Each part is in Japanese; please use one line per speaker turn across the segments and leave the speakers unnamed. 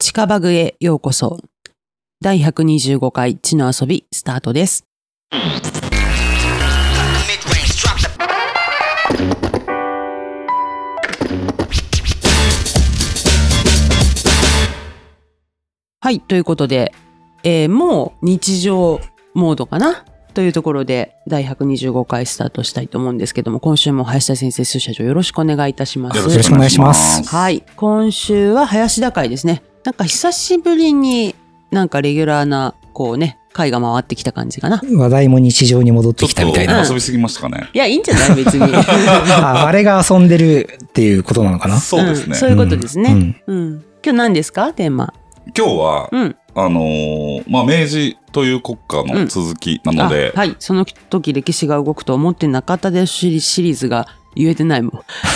近バグへようこそ。第125回地の遊びスタートです。
Mid-range, drop the
はい、ということで、えーもう日常モードかなというところで第125回スタートしたいと思うんですけども、今週も林田先生、数社長よろしくお願いいたします。
よろしくお願いします
はい、今週は林田会ですね。なんか久しぶりになんかレギュラーな、こうね、会が回ってきた感じかな。
話題も日常に戻っ
ち
て
ょっ
きたみたい
ちょ
な。
っ
と遊びすぎましたかね。
いや、いいんじゃない別に。
ああれが遊んでるっていうことなのかな
そうです
ん
ね。
そういうことですね。
う
うんん。今日何ですかテーマ。
今日は、
うん。
あのーまあ、明治という国家の続きなので、
あはい。その時歴史が動くと思ってなかったですシリシリーズが言えてない もん。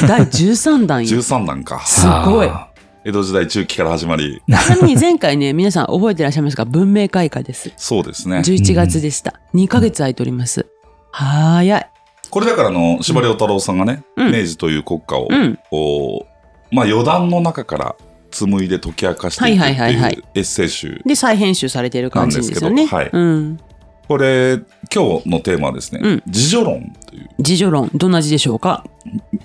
第13弾よ。
13段か。
すごい。
あ
江戸時代中期から始まり、
ちなみに前回ね、皆さん覚えてらっしゃいますか文明開化です。
そうですね。
11月でした。2ヶ月空いております。はーい。
これだからあの、司馬遼太郎さんがね、
うん
明治という国家を、
うん。
こうまあ、余談の中から紡いで解き明かしていくって
はいはいはいはいいう
エッセイ集。
で、再編集されてる感じですよ
な
ね。
んですけどはい
うん。
これ、今日のテーマはですね、
うん
自助論という、
自助論、どんな字でしょうか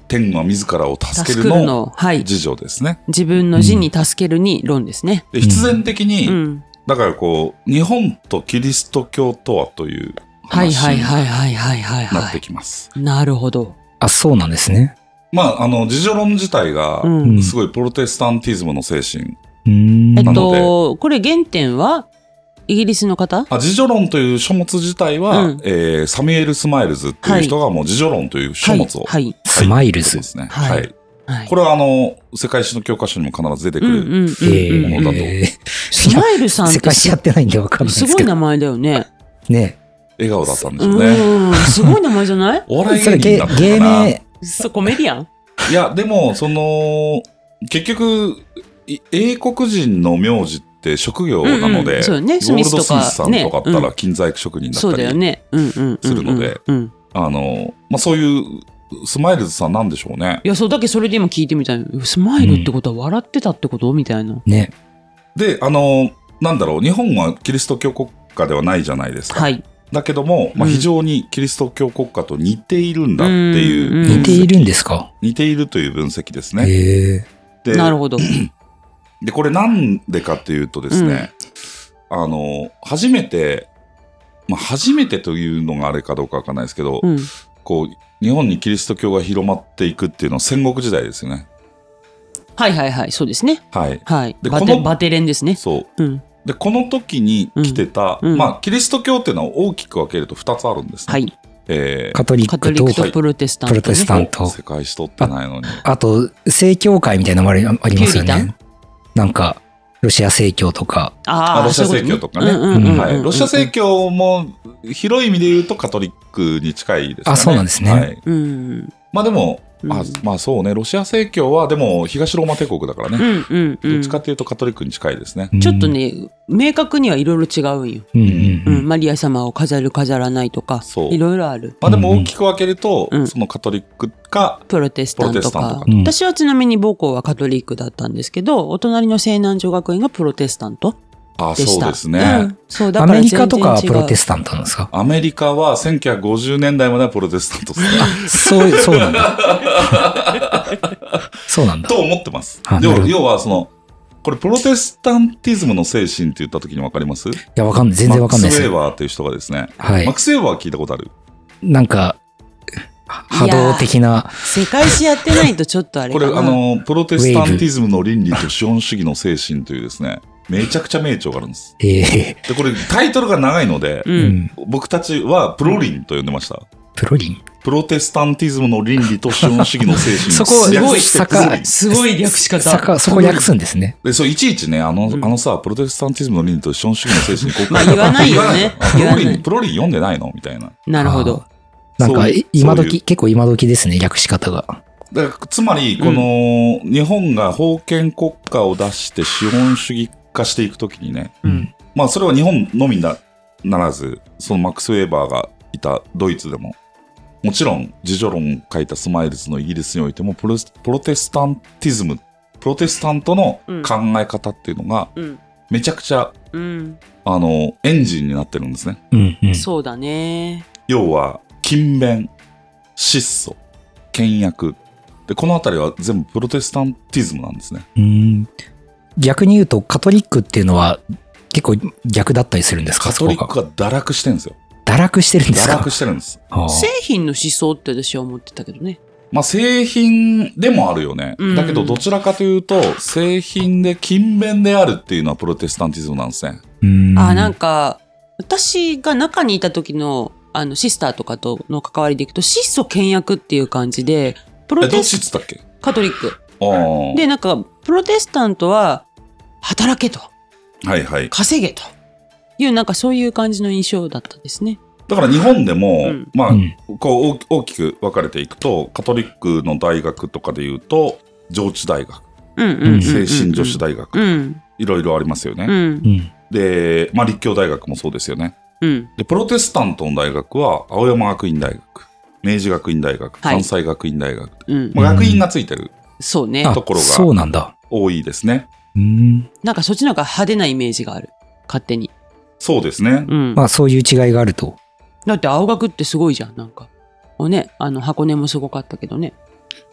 天が自らを助
助
け
け
る
る
の
の、はい。
自助ですね。
自分の字に助けるに論ですね。
で必然的に、
うん。
だからこう、日本とキリスト教とはという
はい
話
はい
に
はいはいはいはい
なっ
は
てきます。
い。なるほど。
あ、そうなんですね。
まあ、あの、自助論自体が
う、
うん
ん。
すごいプロテスタンティズムの精神。
うーん
えっ
なので
と、これ原点はイギリスの方
あ自助論という書物自体は、
うん
えーサミュエル・スマイルズっていう人がもう自助論という書物を、
はい。はい
スマイルズ
で。すね。
は
はいい。
はい。
これはあの、世界史の教科書にも必ず出て
う
く
ん
る。
うんうん
え
も
うん。
のだと
ー
スマイルさんっ
世
て
界史やってないんでわかんないですす
ご
け
い
ど
名。前だよね。
ね
笑顔だったんで
う
しょうね。
ん。すごい名前じゃ ない
お笑い
それ
芸人
芸
だったの
芸
かな。
名、
そう、コメディアン
いや、でも、その、結局、い英国人の名字って職業なの
うんう
で、
んそうよね
ゴールド・スミス
スミスと
さ
か
ん
ね
とかだったら金細工職人だ
そう
った
だ
り、
よね。うんうんうんうん。
するので
うん。
あの、まあ、そういう、スマイルズさんなんでしょうね
い。や、そうだけそれで今聞いてみたいなスマイルってことは笑ってたってことみたいな。
ね。
で、あの、なんだろう、日本はキリスト教国家ではないじゃないですか。
はい。
だけども、まあ、
うん
非常にキリスト教国家と似ているんだっていう
うん
分析、
似ているんですか
似ているという分析ですね。
へえ。
で
なるほど。
で、これなんでかっていうとですね、あの、初めて、まあ、初めてというのがあれかどうかわかんないですけど、
うん。
こう、日本にキリスト教が広まっていくっていうのは戦国時代ですよね。
はいはいはい。そうですね。
はい。
はい。
で
バ
こ
テ
の
バテレンですね。
そ
う
う。
ん。
で、この時に来てた、
うんうん
まあ、キリスト教っていうのは大きく分けると2つあるんですね。
はい。
えー
カトリ
カ
ッ
ト
ク
リック
と、
とプロテスタントね。
プロテスタント
世界史取ってないのに。
あと、正教会みたいなのもありありますよ
キューリ
ね。なんか、ロシア正教とか。
あ
あ
あ、
ロシア
そういう
正教とかね
うんうんうんうん
はい。ロシア正教も、広い意味で言うとカトリックに近いですよね。
あそうなんですね
はい。
うんうん
まあでも、
うん
まあ、まあそうね、ロシア正教はでも東ローマ帝国だから
う
ね、
んうんう
ど
ん
っちかっていうとカトリックに近いですね。
うん
ちょっと。ね、明確にはいろいろ違うんよ。
うんう
うん
んうん。
マリア様を飾る飾らないとか、
そう
いろいろある。
まあでも大きく分けると、
うん
そのカトリックか、
プロテスタントと
プロテスタン
か
トとか
うん
私はちなみに母校はカトリックだったんですけど、お隣の西南女学院がプロテスタント
ああ、
でし
そう
た。
ですね。
うんそうだ
ア
から
メ
全然違
リ
う
カとかはプロテスタントなんですか
アメリカは1950年代まではプロテスタントですね。
そう、そうなんだ。そうなん だ。
と思ってます
あ。なるほ
要
ど
要は、その、これプロテスタンティズムの精神って言った時に分かります
いや、わかんない。全然わかんない
マックス・ウェ
です
ー。バーっていう人がですね、
は
マッ
い。
クス・ウェーバーは聞いたことある。
なんか、波動的な、
世界史やってないとちょっとあれ
こ
か
れ、
な。
あの、プロテスタンティズムの倫理と資本主義の精神というですね、めちゃくちゃ名著があるんです。
ええ
で、これタイトルが長いので、
う。
うんん、
僕たちはプロリンと呼んでました。
プロリン。
プロテスタンティズムの倫理と資本主義の 精神
そこ、
略
略
してプ
し
ロリ
か
ン
すごい略し方
さかそこ略すんですね。
で、そう、いちいちね、あの、
うん
あのさ、プロテスタンティズムの倫理と資本主義の精神にこう
まあ言わないよね
あプロ
言わ
リ
ない
ン、プロリン読んでないのみたいな。
なるほど。
あー。なんか、
そういう
い今
そうい
時、結構今時ですね、略し方が。
だからつまり、この、日本が封建国家を出して資本主義化していくときにね、
うん。
まあ、それは日本のみなならず、そのマックス・ウェーバーがいたドイツでも、もちろん、自助論を書いたスマイルズのイギリスにおいても、プロプロテスタンティズムプロテスタントの
うん
考え方っていうのが、
うん。
めちゃくちゃ、
うん。
あの、エンジンになってるんですね。
うんうん。
そうだね。
要は、勤勉、質素、倹約。で、このあたりは全部プロテスタンティズムなんですね。
うん逆に言うと、カトリックっていうのは結構逆だったりするんですか
カトリッ
そこ
ク
が
が堕落してるんですよ。
堕落してるんです
堕
か
落してるんです。
ああ
製品の思想って私は思ってたけどね。
まあ、製品でもあるよね。
うん
だけど、どちらかというと、製品で勤勉であるっていうのはプロテスタンティズムなんですね。
うん
あ、なんか、私が中にいた時の、あの、シスターとかとの関わりでいくと、質素倹約っていう感じで、プ
え、
ロ
ど
テ
っちっ
ス
つったっけ
カトリック。
ああ。
で、なんか、プロテスタントは、働けと、
はいはい。
稼げという、なんかそういう感じの印象だったですね。
だから日本でも、
うん
まあ
う、ん
こう大き大きく分かれていくと、カトリックの大学とかでいうと、上智大学、
うんうんうん、うん。
精神女子大学、
うん。
いろいろありますよね。
うん。
うん
で、まあ、立教大学もそうですよね。
うん。
で、プロテスタントの大学は、青山学院大学、明治学院大学、
はい
関西学院大学、
うん。
まあ、学院がついてる、
そうね。
あ
ところが
そうなんだ。
多いですね。
うん
なんかそっちなんか派手なイメージがある。勝手に。
そうですね。
うん。
まあそういう違いがあると。
だって青学ってすごいじゃん、なんか。おね、あの、箱根もすごかったけどね。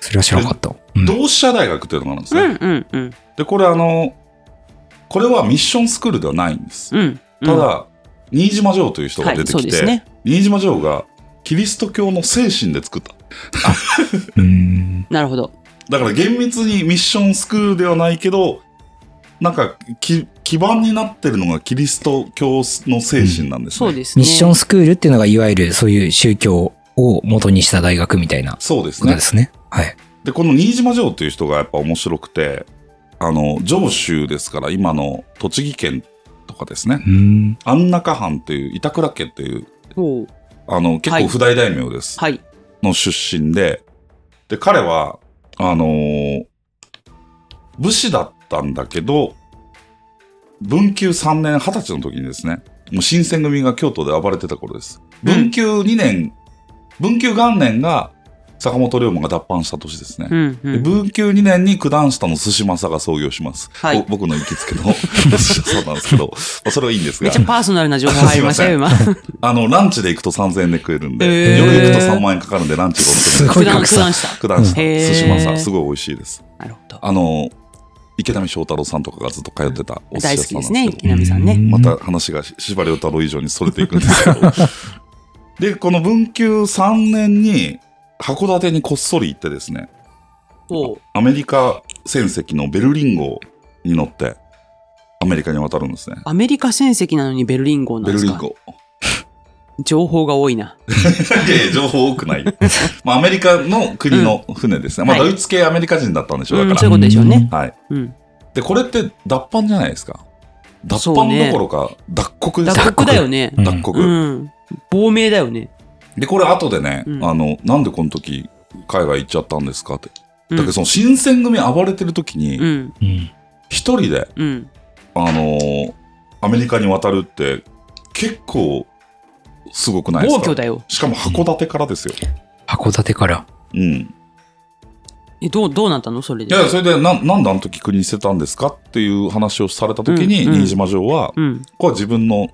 それは知らなかった。うん
同志社大学っていうのがあるんです
う
ね。
んうんうん。
で、これあの、これはミッションスクールではないんです。
うん。
ただ、新島城という人
は
が
い
出て
そう
き
で
て、
すね。
新島城がキリスト教の精神で作った。
うん
なるほど。
だから厳密にミッションスクールではないけど、なんかき基盤になってるのがキリスト教の精神なんですね。
そうですね。
ミッションスクールっていうのがいわゆるそういう宗教を元にした大学みたいな
そうです
こと
ね
で。すね。はい。
で、この新島城という人がやっぱ面白くて、あの、上州ですから今の栃木県とかですね、
うん
安中藩という板倉家という、
ほう
あの、結
はい
構不大大名です。
はい。
の出身で、で、彼は、あのー武士だったんだけど、文久3年、20歳の時にですね、もう新選組が京都で暴れてた頃です。
うん
文久2年、文久元年が坂本龍馬が脱藩した年ですね。
うんう
で
ん。
文久2年に九段下の寿司正が創業します。
はい
ぼ僕の行 きつけの寿司屋さんなんですけど、まあ、それはいいんです
め
が
っち、ゃパーソナルな情報入りましたよ、今。
あの、ランチで行くと3000円で食えるんで、
へー
夜行くと3万円かかるんでランチがお得
す
に
ご
九
い
段、
格
九
差
段。した。
九段下、
へー
寿司マさん、すごい美味しいです。
なるほど。
あの、池波正太郎さんとかがずっと通ってたお寿
大好
司
きで
屋
す
さんな
ね、
んですけ
池
ど、
波さんね。
また話が司馬遼太郎以上にそれていくんですけ ど。で、この文久3年に函館にこっそり行ってですね、
ほう。
アメリカ船籍のベルリン号に乗って、アメリカに渡るんですね。
アメリカ戦績なのにベルリン号なんで
ベル
す
リン
か
号。
情報が多いな。
いやいや、情報多 くない。まあ、アメリカの国の船ですね。まあ、
はい
ドイツ系アメリカ人だったんでしょ
う
う、だ
ん、
か
そういうことでしょうね。
ら。はい。
うん。
で、これって脱藩じゃないですか。脱
そう
藩
ね
どころか、脱国です
脱
よ
国だよね。
うん
脱国。
うん。亡命だよね。
で、これ後でね、
うん
あの、なんでこの時、海外行っちゃったんですかって。
うん
だけど、その新選組暴れてる時
う
に、
ん。
うん
一人で、
うん。
あのーアメリカに渡るって、結構、すごくないです
暴
か
挙だよ。
しかも函館からですよ。
函館から。
うん。い
え、どう、どうなったのそれで。
や、それで、な、なんであの時国に捨てたんですかっていう話をされた時に、
うんうん
新島城は、
うん。
これは自分の、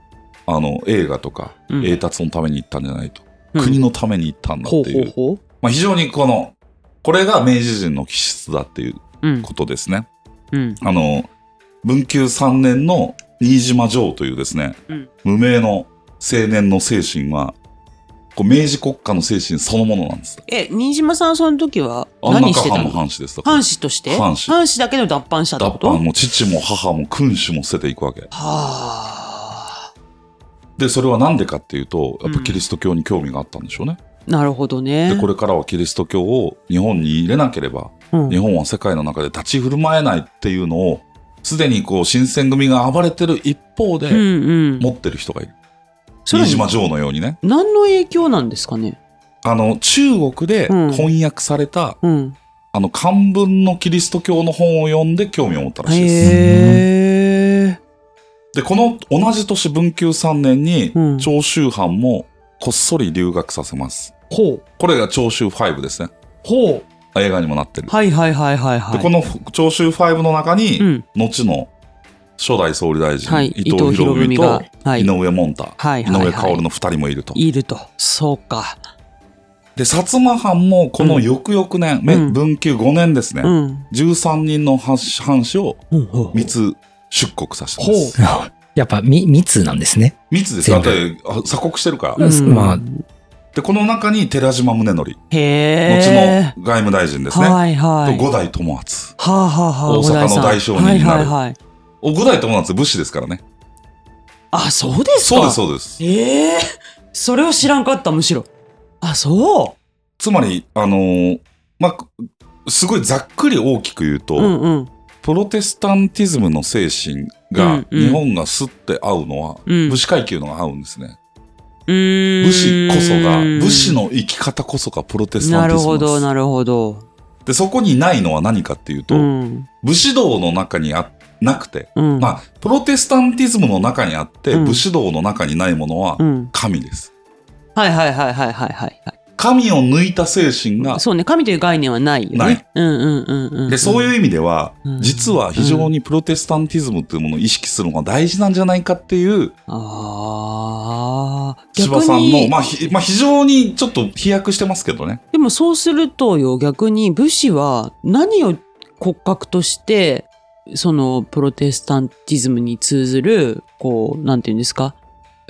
あの、映画とか、
うん
英達のために行ったんじゃないと。
うん
国のために行ったんだって
ほう
い
ほ
う。
うほ
まあ、非常にこの、これが明治人の気質だっていう
う。うん。
ことですね。
うん。
あの、文久3年の新島城というですね、
うん
無名の青年の精神は、こう明治国家の精神そのものなんです。
え、新島さんはその時は
あん
何
な
して
か
た
藩の
の
藩士ですと
藩士として
藩士
藩士だけど脱藩したってこ
脱
とは
藩も父も母も君主も捨てていくわけ。
あ。
で、それは何でかっていうと、やっぱ
うん
キリスト教に興味があったんでしょうね。
なるほどね。
で、これからはキリスト教を日本に入れなければ、
うん
日本は世界の中で立ち振る舞えないっていうのを、すでにこう、新選組が暴れてる一方
う
で、
んうん。
持ってる人がいる。
それ
新島城のようにね。
何の影響なんですかね
あの、中国で
うん
翻訳された、
うん。
あの、漢文のキリスト教の本を読んで興味を持ったらしいです。
へえ。
で、この同じ年文久3年に
うん、
長州藩もこっそり留学させます。
ほう。
これが長州5ですね。
ほう。
映画にもなってる。
はいはいはいはいはい。
でこの聴衆5の中に、
うん。
後の初代総理大臣、
はい。
伊藤博文と、
はい
井。上もんた、
はい
井
はいはい
上薫の2人もいると。
いると。そうか。
で、薩摩藩もこの翌々年、め
うん
文久5年ですね、
うん。
13人の藩士藩士を
ほうほう
密出国させてます。
やっぱ、み、密なんですね。
密ですよ。だって
全
あ鎖国してるから。
うん
まあ
で、この中に寺島宗則、
へえ
後。の外務大臣ですね。
はいはい。
と五代友厚。
はあはあはあ。
大阪の
小田井さん
大商人になる
はいはいはい。
お五代友厚武士ですからね。
あ、そうですか
そうです、そうです。
ええそれを知らんかった、むしろ。あ、そ
つまり、あのーまあ、すごいざっくり大きく言うと、
う。うんうん。
プロテスタンティズムの精神が
うんうん
日本がすって合うのは、
うん
武士階級のが合うんですね。
武
武士こそが、武士の生き方こそがプロテスタ
な
ンティ
る
ズム
ほ
で
ど、
す。
なるほど。
で、そこにないのは何かっていうと、
うん。
武士道の中にあなくて、
うん。
まあ、プロテスタンティズムの中にあって、
うん
武士道の中にないものは
うん。
神です。
はいはいはいはいはいはい。
神を抜いた精神が、
そうね、神という概念はないよね。
ない
うんうんうんうんうん。
で、そういう意味では、
うん
実は非常にプロテスタンティズムっていうものを意識するのが大事なんじゃないかっていう、
ああ。
千葉
逆
さんの、
に、
まあ、ひまあ、非常にちょっと飛躍してますけどね。
でもそうするとよ、逆に武士は何を骨格として、そのプロテスタンティズムに通ずる、こう、なんていうんですか、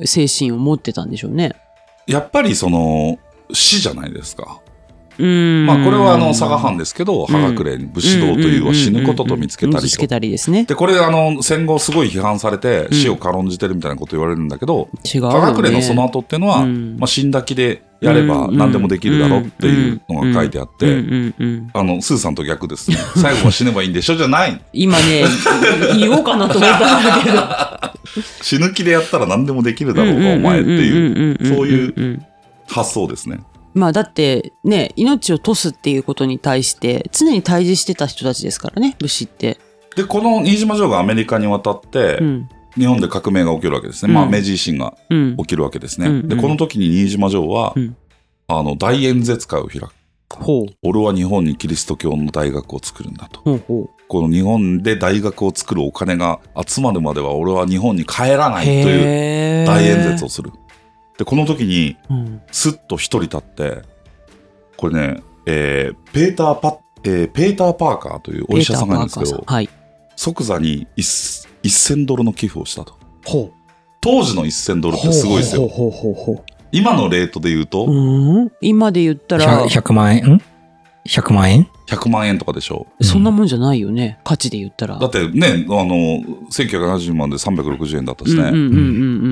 精神を持ってたんでしょうね。
やっぱりその、死じゃないですか。
うーん。
まあ、これはあの、佐賀藩ですけど、
ん
葉隠れに武士道というは死ぬことと見つけた
うんうんうんうん見
り
つけ
と。
たりですね。
で、これあの、戦後すごい批判されて、
ん
死を軽んじてるみたいなこと言われるんだけど、
違うよね。
葉隠れのその後ってのは、
うん
まあ、死んだ気でやれば
うん
何でもできるだろうっていうのが書いてあっ
うん
て、
うんうん。
あの、スーさんと逆ですね。最後は死ねばいいんでしょじゃない。
今ね、言おうかなと思ったんだけど。
死ぬ気でやったら何でもできるだろうが、お前っていう
い
そういう
うん。
発想ですね。
まあだってね、命をトスっていうことに対して、常に対峙してた人たちですからね、武士って。
で、この新島城がアメリカに渡って、
うん。
日本で革命が起きるわけですね。まあ、
うん
明治維新が
うん。
起きるわけですね。
うんうん
で、この時に新島城は、
うん
あの、大演説会を開く。
ほう。
俺は日本にキリスト教の大学を作るんだと。
ほうほ
この日本で大学を作るお金が集まるまでは俺は日本に帰ら
う。
ないという
へー
大演説を。する。で、この時に、
うん。
すっと一人立って、これね、えーペーターパ、えーペーター・パーカーというお医者さんがいるんですけ
ペーターパー
ど
カー、さんはい。
即座に一1000ドルの寄付をしたと。
ほう。
当時の1000ドルってすごいですよ。
ほうほうほうほ
今のレートで言うと、
うん。今で言った
う。
ら、
100, 万円ん ?100 万円
100万円とかでしょ
そんなもんじゃないよね。価値で言ったら。
う。だってね、あの、1970万で360円だったしね。
うんうんうんうんう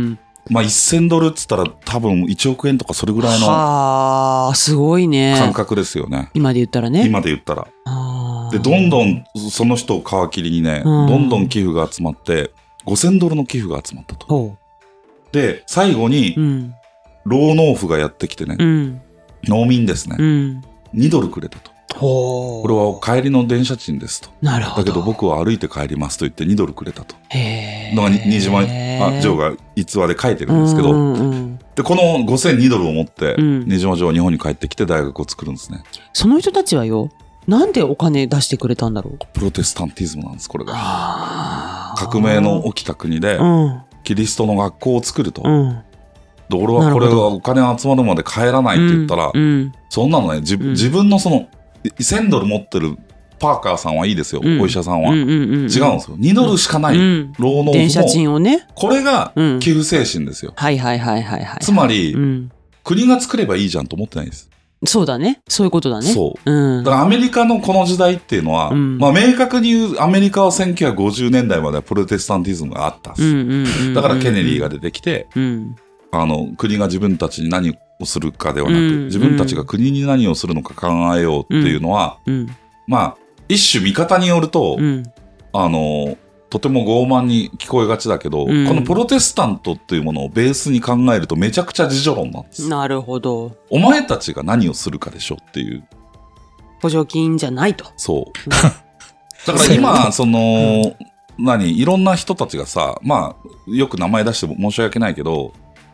ん。
まあ1000ドルっつったら多分1億円とかそれぐらいの
はあ、すごいね。
感覚ですよね。
今で言ったらね。
今で言ったら。
あー
で、どんどんその人を皮切りにね、
うん
どんどん寄付が集まって、5000ドルの寄付が集まったと。
ほ
で、最後に
う。う、ん。
老農夫がやってきてね、
うん。
農民ですね
う、ん。
2ドルくれたと。
ほ
これは帰りの電車賃ですと。
なるほ
だけ
ど。
ど僕は歩いて帰りますと言って2ドルくれたと。
へえ。
のがに新島あ城
が
が逸話で書いてるんですけど、
うんうんうん
で、この5002ドルを持って、
うん
新島城は日本に帰ってきて大学を作るんですね。
その人たちはよ、なんでお金出してくれたんだろう。
プロテスタンティズムなんです、これが。革
革
命の起きた国で
う、ん。
キリストの学校を作ると。
うん。
で俺はこれ
なる
はお金集まるまで帰らないって言ったら、
うん。
そんなのね、じ
うん
自分のその、い1000ドル持ってるパーカーさんはいいですよ、
うん
お医者さん
う
は。
ん
違う
う
ん
んうん。
ですよ。2ドルしかない、
うん。
老農夫
電車
も、
賃をね。
これが
うん
寄付精神ですよ。
はいはいはいはいはい。
つまり、
うん。
国が作ればいいじゃんと思ってないです。
そうだね。そういうことだね。
そう。
う。うん。
だからアメリカのこの時代っていうのは、
うん
まあ明確に言うアメリカは1950年代まではプロテスタンティズムがあったんです、
うんうんうんうん
だからケネディが出てきて、
うん。
あの、国が自分たちに何をするかではなく、
うん
自分たちが国に何をするのか考えようっていうのは、
うん。
まあ、一種見方によると、
うん。
あの、とても傲慢に聞こえがちだけど、
うん
このプロテスタントっていうものをベースに考えるとめちゃくちゃ自助論なんです。
なるほど。
お前たちが何をするかでしょっていう、
補助金じゃないと。
そう。
うん
だから今、その、何、いろんな人たちがさ、まあ、よく名前出して申し訳ないけど、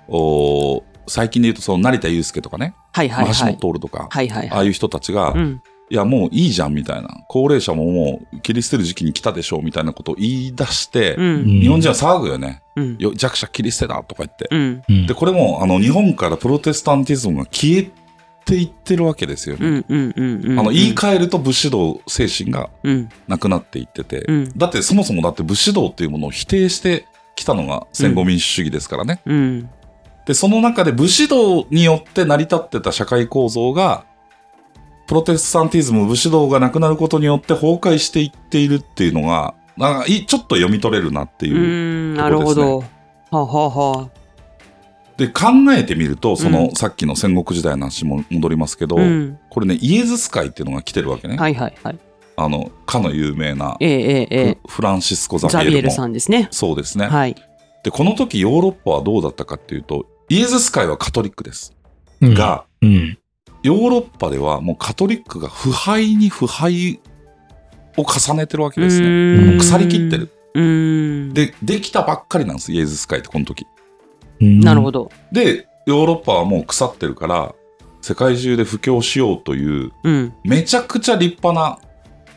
お最近で言うと、その成田悠介とかね、
はいはいはい。
まあ橋本徹とか、
はいはい
ああ
はい。
いう人たちが、
うん。
いや、もういいじゃんみたいな。高齢者ももう切り捨てる時期に来たでしょうみたいなことを言い出して、
うん。
日本人は騒ぐよね。
うん。
よ弱者切り捨てだとか言って。
うん。
うん
で、これも、あの、日本からプロテスタンティズムが消えていってるわけですよ
う
ね。
ん。うん。うん。
あの、言い換えると武士道精神が
うん。
なくなっていってて。
うん。
だってそもそもだって武士道っていうものを否定してきたのが戦後民主主義ですからね。
うん。
で、その中で武士道によって成り立ってた社会構造が、プロテスタンティズム、武士道がなくなることによって崩壊していっているっていうのが、なんかいちょっと読み取れるなって
う
いう。
ん。なるほど。はあはあは
で、考えてみると、その、
うん
さっきの戦国時代の話も戻りますけど、
あ。うん。
これね、イエズス会っていうのが来てるわけね。
はいはいはい。
あの、かの有名な
ええええええ
フフランシスコ・ザ
ザ
ビエル
ビエ
も
ルさんですね。
そうですね。
はい。
で、この時ヨーロッパはどうだったかっていうと、イエズス会はカトリックです。
うん、
が、
うん。
ヨーロッパではもうカトリックが腐敗に腐敗を重ねてるわけですね。
ね
もう腐りきってる。。
うん。、
で、できたばっかりなんです、イエズス会ってこの時。
うん
なるほど。
で、ヨーロッパはもう腐ってるから、世界中で布教しようという、
うん。
めちゃくちゃ立派な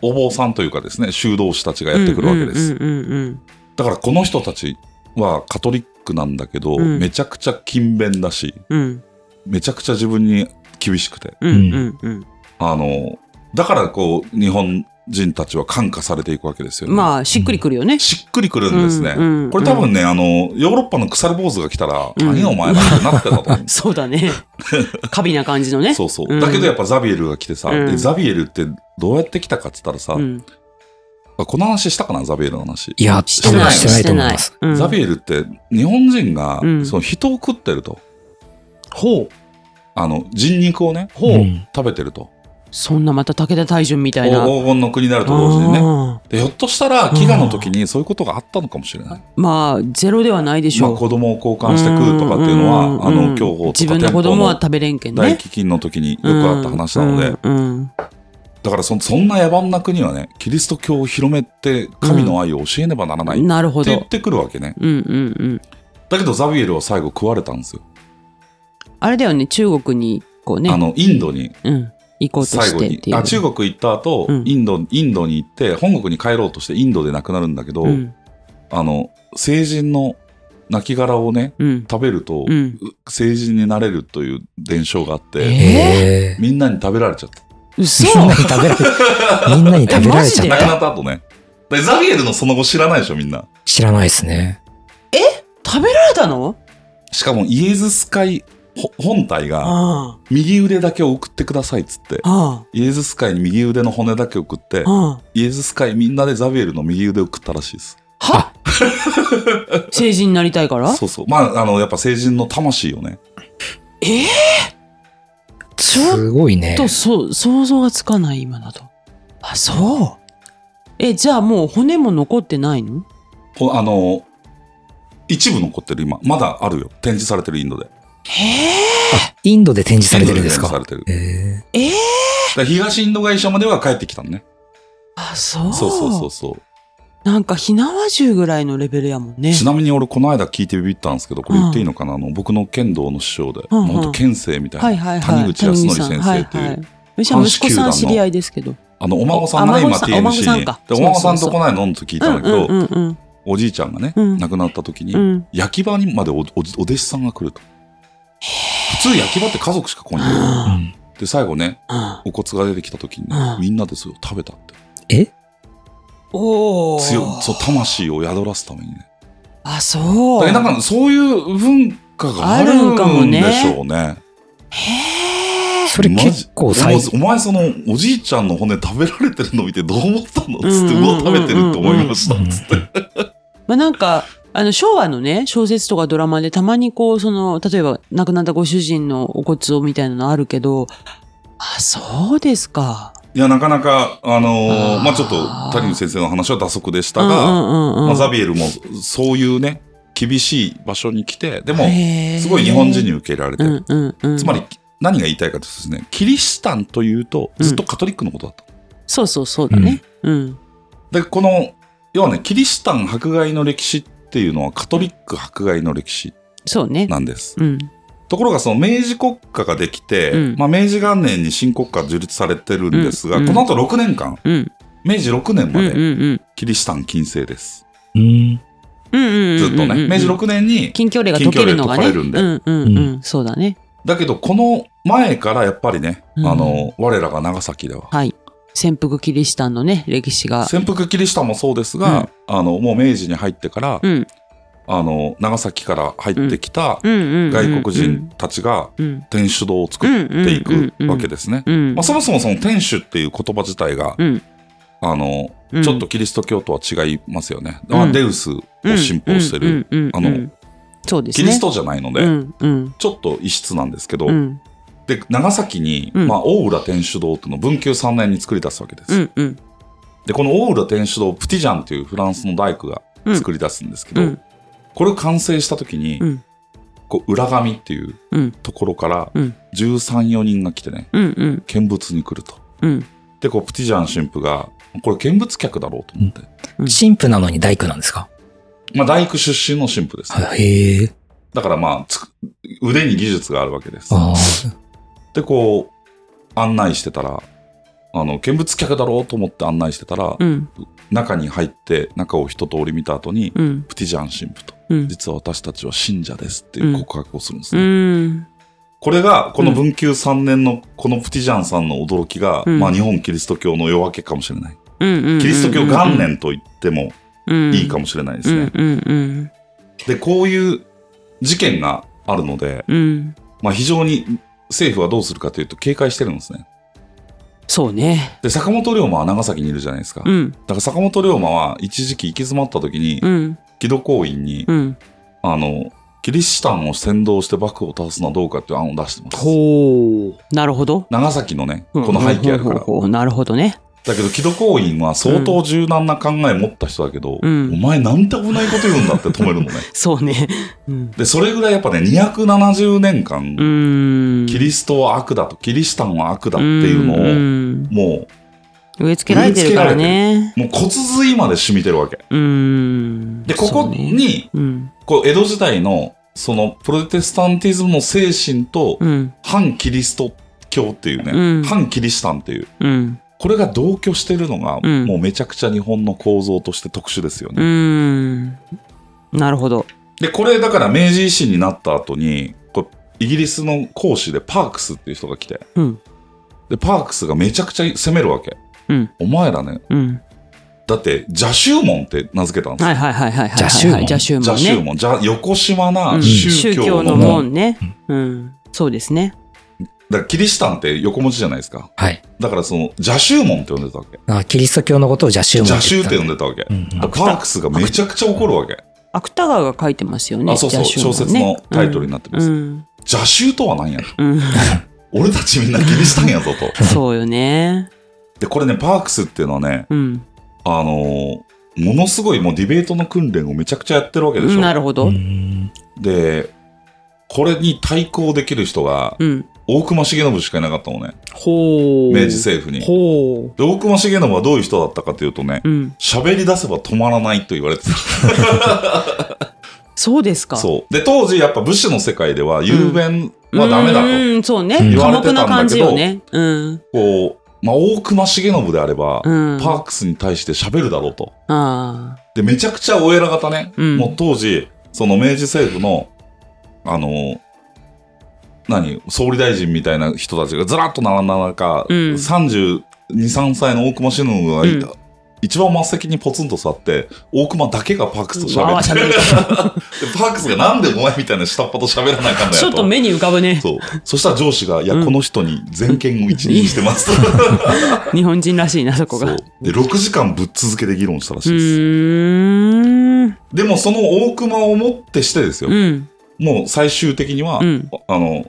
お坊さんというかですね、修道士たちがやってくるわけです。
うんうんうん
だからこの人たちはカトリックなんだけど、
うん
めちゃくちゃ勤勉だし、
うん
めちゃくちゃ自分に厳しくて。
うんうんうんうん
あの、だからこう、日本人たちは感化されていくわけですよね。
まあしっくりくるよね。
しっくりくるんですね。
うんうんうん
これ多分ね、あの、ヨーロッパの腐れ坊主が来たら、
うん。
何がお前らってなってたと思う
そうだ ね。カビな感じの ね。
そうそうう。
ん
だけどやっぱザビエルが来てさ、
うん
でザビエルってどうやって来たかって言ったらさ、
うん
あこの話したかな、ザビエルの話。
いや、
し
してて
な
ないい、してないと思いま
し
す。
てないうん
ザビエルって日本人が、
うん
その人を食ってると。ほう。あの、人肉をね、ほう、
うん
食べてると。
そんなまた武田大順みた
黄
いな。
金の国になると同時にね。
あ
でひょっとしたら、飢餓の時にそういうことがあったのかもしれない。
ーまあゼロではないでし
まあ、
ょう。
子供を交換して食うとかっていうの
んん
は、あ
うん
の、競歩
自
とか
分の子
店舗
供は
の
食べれんけん
大
ね。
飢饉の時によくあった話なので、
うんうん
だからそそんな野蛮な国はね、キリスト教を広めて神の愛を教えねばならないっ
うん
て
なるほ
言っ
ど。
てくるわけね。
うんうんうん。
だけどザビエルは最後食われたんですよ。
あれだよね中国にこう
あ
ね、
の、インドに、
うん、行こうと
最
し
後
てっ
に
てい、う。
あ、中国行った後
うん、
インド、インドに行って、本国に帰ろうとしてインドで亡くなるんだけど、
うん
あの、成人の亡骸をね、
うん
食べると
う、ん。
成人になれるという伝承があって、
ええ
みんなに食べられちゃった。
嘘。
みんなに食べられ、みんなに食べられちゃ
えマジで
亡く
った。
なった後ね。で、ザビエルのその後知らないでしょ、みんな。
知らないですね。
食べられたの？
しかも、イエズス会ほ本体が、
あ
右腕だけを送ってくださいっつって
あ、あ
イエズス会に右腕の骨だけ送って
あ、あ
イエズス会みんなでザビエルの右腕を送ったらしいです。
あ。 は？成人になりたいから？
そうそう。まあ、あの、やっぱ成人の魂をね。
ええちょっ
すごいね。
とそう想像がつかない今だと。あそう。えじゃあもう骨も残ってないの？
ほあの、一部残ってる今。まだあるよ。展示されてるインドで。
へえ。
インドで展示されてるんです
インド
か
で展示されてる。
え
ええ。
だから東インド会社までは帰ってきたのね。
あそう。
そうそうそうそう。
なんか火縄銃ぐらいのレベルやもんね。
ちなみに俺この間聞いてビビったんですけど、これ言っていいのかな、あの、僕の剣道の師匠で、
うんうん
本当剣聖みたいな、
はいはいはい。
谷口康則先生っていう
はいはいむしろ息子さん知り合いですけど。
あの、お孫さんがね、
お
今
お孫さん
TMC に。で
か、
お孫さんとこないのんと聞いたんだけ
うんう
ど、
んうん
おじいちゃんがね、
うん
亡くなった時
う
に、
ん。
焼き場にまでおおお弟子さんが来ると。普通焼き場って家族しか来ないんだよ。
ーうん
で、最後ね、
うん。
お骨が出てきた時にね
うん
みんなでそれを食べたって。
え
おお。
強い、そう、魂を宿らすためにね。
あ、そう。
だからなんかそういう文化がある
あるんかも
ん
ね
でしょうね。
へえ。
それ結構最
マジお前お前そのおじいちゃんの骨食べられてるの見てどう思ったのつって、
う
うんわ、食べてるって思いました。つって。
まあなんか、あの、昭和のね、小説とかドラマでたまにこう、その、例えば亡くなったご主人のお骨をみたいなのあるけど、あ、そうですか。
いや、なかなか、あのー
あー
まあちょっと、谷口先生の話は打足でした
うん
が、
うんうんう
まあ、
ん。
ザビエルもそういうね、厳しい場所に来て、でも、
へー
すごい日本人に受け入れられて
うん
る。
うんうん。
つまり、何が言いたいかというとですね、キリシタンというと、ずっとカトリックのことだった。
そうそうそうだね。うん。
で、この、要はね、キリシタン迫害の歴史っていうのは、カトリック迫害の歴史
そうね。
なんです。
うん。
ところがその明治国家ができて、
うん
まあ、明治元年に新国家樹立されてるんですが、
うん
この後6年間
うん。
明治6年
う
ま
んうん
で
うん。
キリシタン禁制です、
うん。
うんうんうん。
ずっとね明治6年に
近距離が解けるのがね。
近距離が解かれるんで
うんうんうん。そうだね。
だけどこの前からやっぱりね、
うん
あの我らが長崎では
はい。潜伏キリシタンのね、歴史が。
潜伏キリシタンもそうですが、あのもう明治に入ってから、
うん。
あの長崎から入ってきた
うんうんうん。
外国人。たちが
うん。
天守堂を作っていくわけですね。
うん
まあ、。そもそもその天守っていう言葉自体が、
うん
あの
うん
ちょっとキリスト教とは違いますよね。まあ
うん
デウスを信奉してる、
うんうんうん
あの
うんそうです
キ
ね。
リストじゃないので、
うんうん
ちょっと異質なんですけど、
うん
で長崎に、
うん
まあ、大浦天主堂っていうのを文久3年に作り出すわけです。
うんうん
でこの大浦天主堂をプティジャンというフランスの大工が作り出すんですけど、
うん
これを完成した時に、
うん
こう裏紙っていう
うん
ところから
うん
134人が来てね
うんうん
見物に来ると。
うん
でこうプティジャン神父がこれ見物客だろうと思って、
神父なのに大工なんですか
まあ、大工出身の神父です、ね
へえ。
だからまあつく腕に技術があるわけです。
あ
でこう案内してたらあの見物客だろうと思って案内してたら、
うん
中に入って中を一通り見た後に、
うん
プティジャン神父と
うん
実は私たちは信者ですっていう告白をするんです
う
ね、
ん
これがこの文久3年のこのプティジャンさんの驚きが、
うん
まあ、日本キリスト教の夜明けかもしれない、
うん
キリスト教元年と言ってもいいか
も
もしれないで
です
ね、
うんうん
でこういう事件があるので、
うんうん
まあ、非常に政府はどうするかというと警戒してるんですね
そうね
で坂本龍馬は長崎にいるじゃないですか、
う
だ
ん
から坂本龍馬は一時期行き詰まった時に
うん
木戸公院に、
うん
あのキリシタンを扇動して幕府を倒すのはどうかっていう案を出してます
ほうなるほど
長崎のね
うん
この背景あるから
ほうほうほうなるほどね
だけど木戸公院は相当柔軟な考え持った人だけど、
うん
お前なんて危ないこと言うんだって止め るのね
そうねうん
でそれぐらいやっぱね270年間、
うーん
キリストは悪だとキリシタンは悪
ト
だっていうのを、
を
も
植え付けられてるからね
うもう骨髄まで染みてるわけ
うーん
でこ
そ
こ
うね
に
うん
こう江戸時代のそのプロテスタンティズムの精神と
うん
反キリスト教っていうね、
うん
反キリシタンっていう
うん
これが同居してるのが、
うん
もうめちゃくちゃ日本の構造として特殊ですよ
う
ね、
ーんなるほど
でこれだから明治維新になった後にこうイギリスの講師でパークスっていう人が来て
うん
でパークスがめちゃくちゃ攻めるわけ
うん
お前らね
うん
だって邪宗門って名付けたんです
は
よ
いはいはいはいはいはい
邪宗門
邪宗
邪
門ね
宗門邪横島
う
なん宗教の
の
門、
門ねうんそうですね
だからキリシタンって横文字じゃないですか
あ。はい。
だからその邪宗門って呼んでたわけ
あキリスト教のことを邪宗
邪宗って呼ん
で
でたわけ
た。うんうん
パークスがめちゃくちゃ怒るわけ
芥川が書いてますよね
あそうそう
邪
小
宗門
説
ね
のタイトルになってます、
うん
邪宗とは何や
うんうん
俺たちみんな気にしたんやぞと。
そうよね
で、これね、パークスっていうのはね、
うん
あのーものすごいもうディベートの訓練をめちゃくちゃやってるわけでしょ。
なるほど
うん
で、これに対抗できる人が、
うん
大隈重信しかいなかったのね、
ほう
明治政府に。で、
ほ
大隈重信はどういう人だったかというとね
う、うん
喋り出せば止まらないと言われて
そうですか
た。そう。で、当時やっぱ武士の世界では、雄弁はダメだと。
うんそうね
言
寡
われて
黙
たんだけど
な感じよねうん
こう、まあ、大隈重信であれば、
うん
パークスに対して喋るだろうと。
ああ
で、めちゃくちゃお偉方ね、
うん
もう当時、その明治政府の、あの、何、総理大臣みたいな人たちがずらっと並んだ中、
うん
32、3歳の大隈信吾がいた、
う
一番末席にポツンと座って、大隈だけがパークスと
う
喋
わ
って、
ー喋る
でパークスがなんでお前みたいな下っ端と喋らないかんだよ
ちょっと目に浮かぶね
そう。そしたら上司が、いや、
うん
この人に全権を一任してますと。
日本人らしいなそこ
そ
が
う
う。
で、6時間ぶっ続けて議論したらしいです。
ーん
でもその大熊をもってしてですよ、
うん
もう最終的には、
うん
あの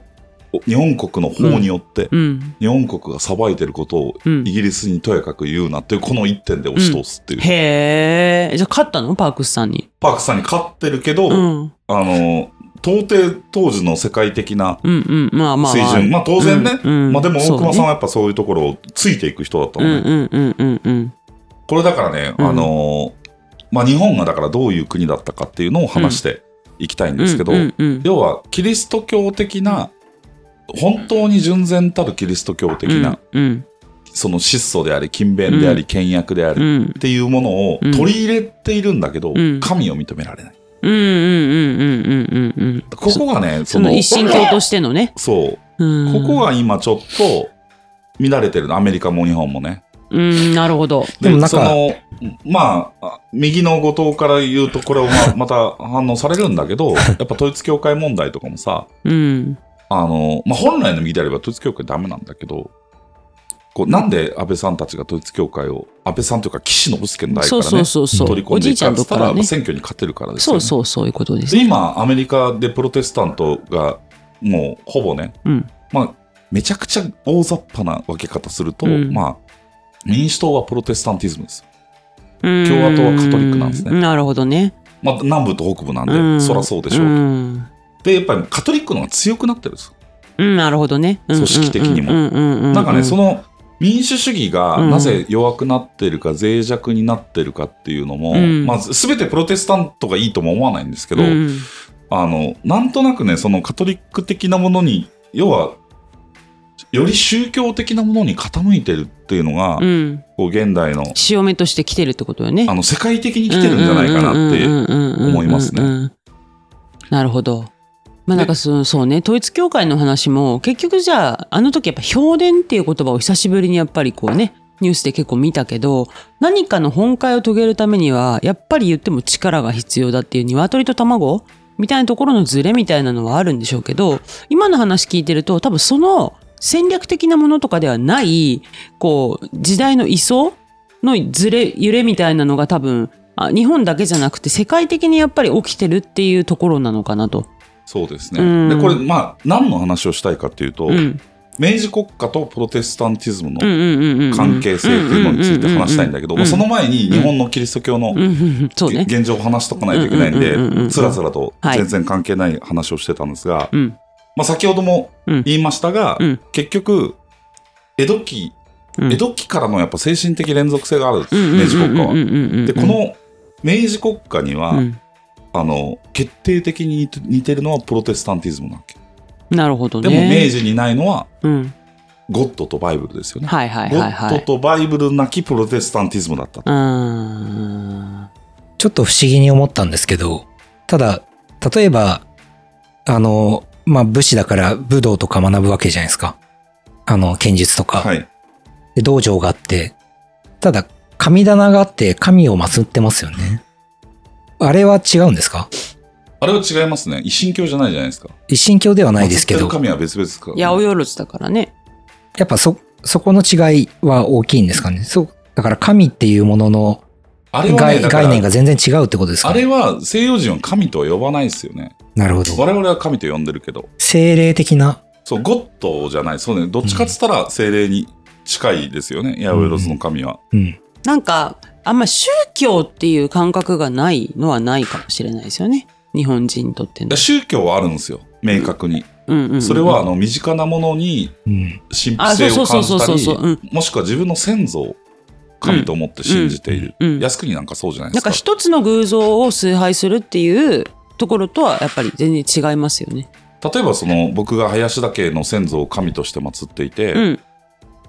お日本国の法によって、
うん
日本国が裁いてることを
うん
イギリスにとやかく言うなっていうこの一点で押し通すっていう、
へえじゃあ勝ったのパークスさんに
パークさんに勝ってるけど、
うん
あの到底当時の世界的な
うんうんまあまあ
水準、まあ当然ね、
うんうん
まあでも
そ
大熊
うだ
さん
ね
はやっぱそういうところをついていく人だった
う
のね、
んうんうんうんうん
これだからね、
うん
あのまあ、日本がだからどういう国だったかっていうのを話して行きたいんですけど、
うんうん
要はキリスト教的な本当に純然たるキリスト教的な、
うん
その質素であり勤勉であり倹約であ
うんう
りっ
ん
ていうものを
うん
取り入れているんだけど、
うん
神を認められない
うんうんうんうんうんうんうん
ここがね
その一神教としてのね
そう
うん
ここが今ちょっと乱れてるのアメリカも日本もね
うんなるほど
でもなんか
そのまあ右の後藤から言うとこれを ままた反応されるんだけどやっぱ統一教会問題とかもさ
うん
あの、まあ、本来の右であれば統一教会ダメなんだけど、こう、なんで安倍さんたちが統一教会を、安倍さんというか岸信介の代か
そ
ら
う
ね、
そうそうそ
取
う
り込
お
んで
じ
い
い
っ
ちゃんと
た、
かららね
選挙に勝てるからです
そ
よ
う
ね。
そうそういうことです
で、今、アメリカでプロテスタントが、もう、ほぼね、
うん
まあ、めちゃくちゃ大雑把な分け方すると、
うん
まあ、民主党はプロテスタンティズムです。
共
共和党はカトリックなんですね
なるほどね
まあ、南部と北部なんで、
うん
そらそうでしょう。
ん
で、やっぱりカトリックの方が強くなってるんです。
うんなるほどね
組織的にも
も
なんかね、そ
の
の民主主義がなぜ弱くなってるか、脆弱になってるかっていうのも、
うん
まあ、全てプロテスタントがいいとも思わないんですけ
け
ど、あのなんとなくねそのカトリック的なものに要はより宗教的なものに傾いてるっていうのが、
うん
こう現代の
潮目として来てるってことよね
あの世界的に来てるんじゃないかなって。思
思
いますね
なるほど。まあなんかそのそうね統一教会の話も結局じゃああの時やっぱ評伝っていう言葉を久しぶりにやっぱりこうねニュースで結構見たけど何かの本会を遂げるためにはやっぱり言っても力が必要だっていう鶏と卵みたいなところのズレみたいなのはあるんでしょうけど今の話聞いてると多分その戦略的なものとかではないこう時代の位相のずれ揺れみたいなのが多分あ日本だけじゃなくて世界的にやっぱり起きてるっていうところなのかなと。
そうです
うん
ねでこれまあ何の話をしたいかっていうと、
うん
明治国家とプロテスタンティズム
うん
の
うんうんうん
関係性っていうのについて話したいんだけど、
うんうんうんうん
まあその前に日本のキリスト教の、
うんうんうんそうね。
現状を話しとかないといけないん
うんうんうんうんうん
で、つらつらと
はい
全然関係ない話をしてたんですが、
うん
まあ、先ほども
うん
言いましたが、
うん
結局、江戸期、
うん
江戸期からのやっぱ精神的連続性があるんです、
うんうん
明治国家
うんう
は。
んうんうん
で、この明治国家には、
うん
あの、決定的に似て似てるのはプロテスタンティズムなわけ。
なるほど
で
ね。
も明治にないのは、
うん
ゴッドとバイブルですよね。
はいはい
ゴ
はいは
ッ
い。
ドとバイブルなきプロテスタンティズムだったと。
うーん
ちょっと不思議に思ったんですけど、ただ、例えば、あの、まあ、武士だから武道とか学ぶわけじゃないですか。あの、剣術とか。
はい。
で、道場があって、ただ、神棚があって神を祀ってますよね。あれは違うんですか
あれは違いますね。一神教じゃないじゃないですか。
一神教ではないですけ
祀
ど
ってる、神は別々ですから、
八百万だからね。
やっぱそ、そこの違いは大きいんですかね。そう、だから神っていうものの
あれはね、
概,、
だから
概念が全然違うってことですか
あ
ね、
れは西洋人は神とは呼ばないですよね。
なるほど。
我々は神と呼んでるけど、
精霊的な。
そう、ゴッドじゃない、そうね、どっちかっつったら精霊に近いですよね、ヤウエロスの神は。
うん。
なんかあんま宗教っていう感覚がないのはないかもしれないですよね。日本人にとっての
で。宗教はあるんですよ、明確に。
うんうんうん
それは、あの、身近なものに
うん。
神
あ
秘
そう
性
そ
を
うそうそう
感じた
そう
り
そう、うん
もしくは自分の先祖を神と思って信じている。
うん、
靖国なんかそうじゃないで
なん
すか。
か一つの偶像を崇拝するっていうところとはやっぱり全然違いますよね。
例えば、その、僕が林田家の先祖を神として祀っていて、
うん、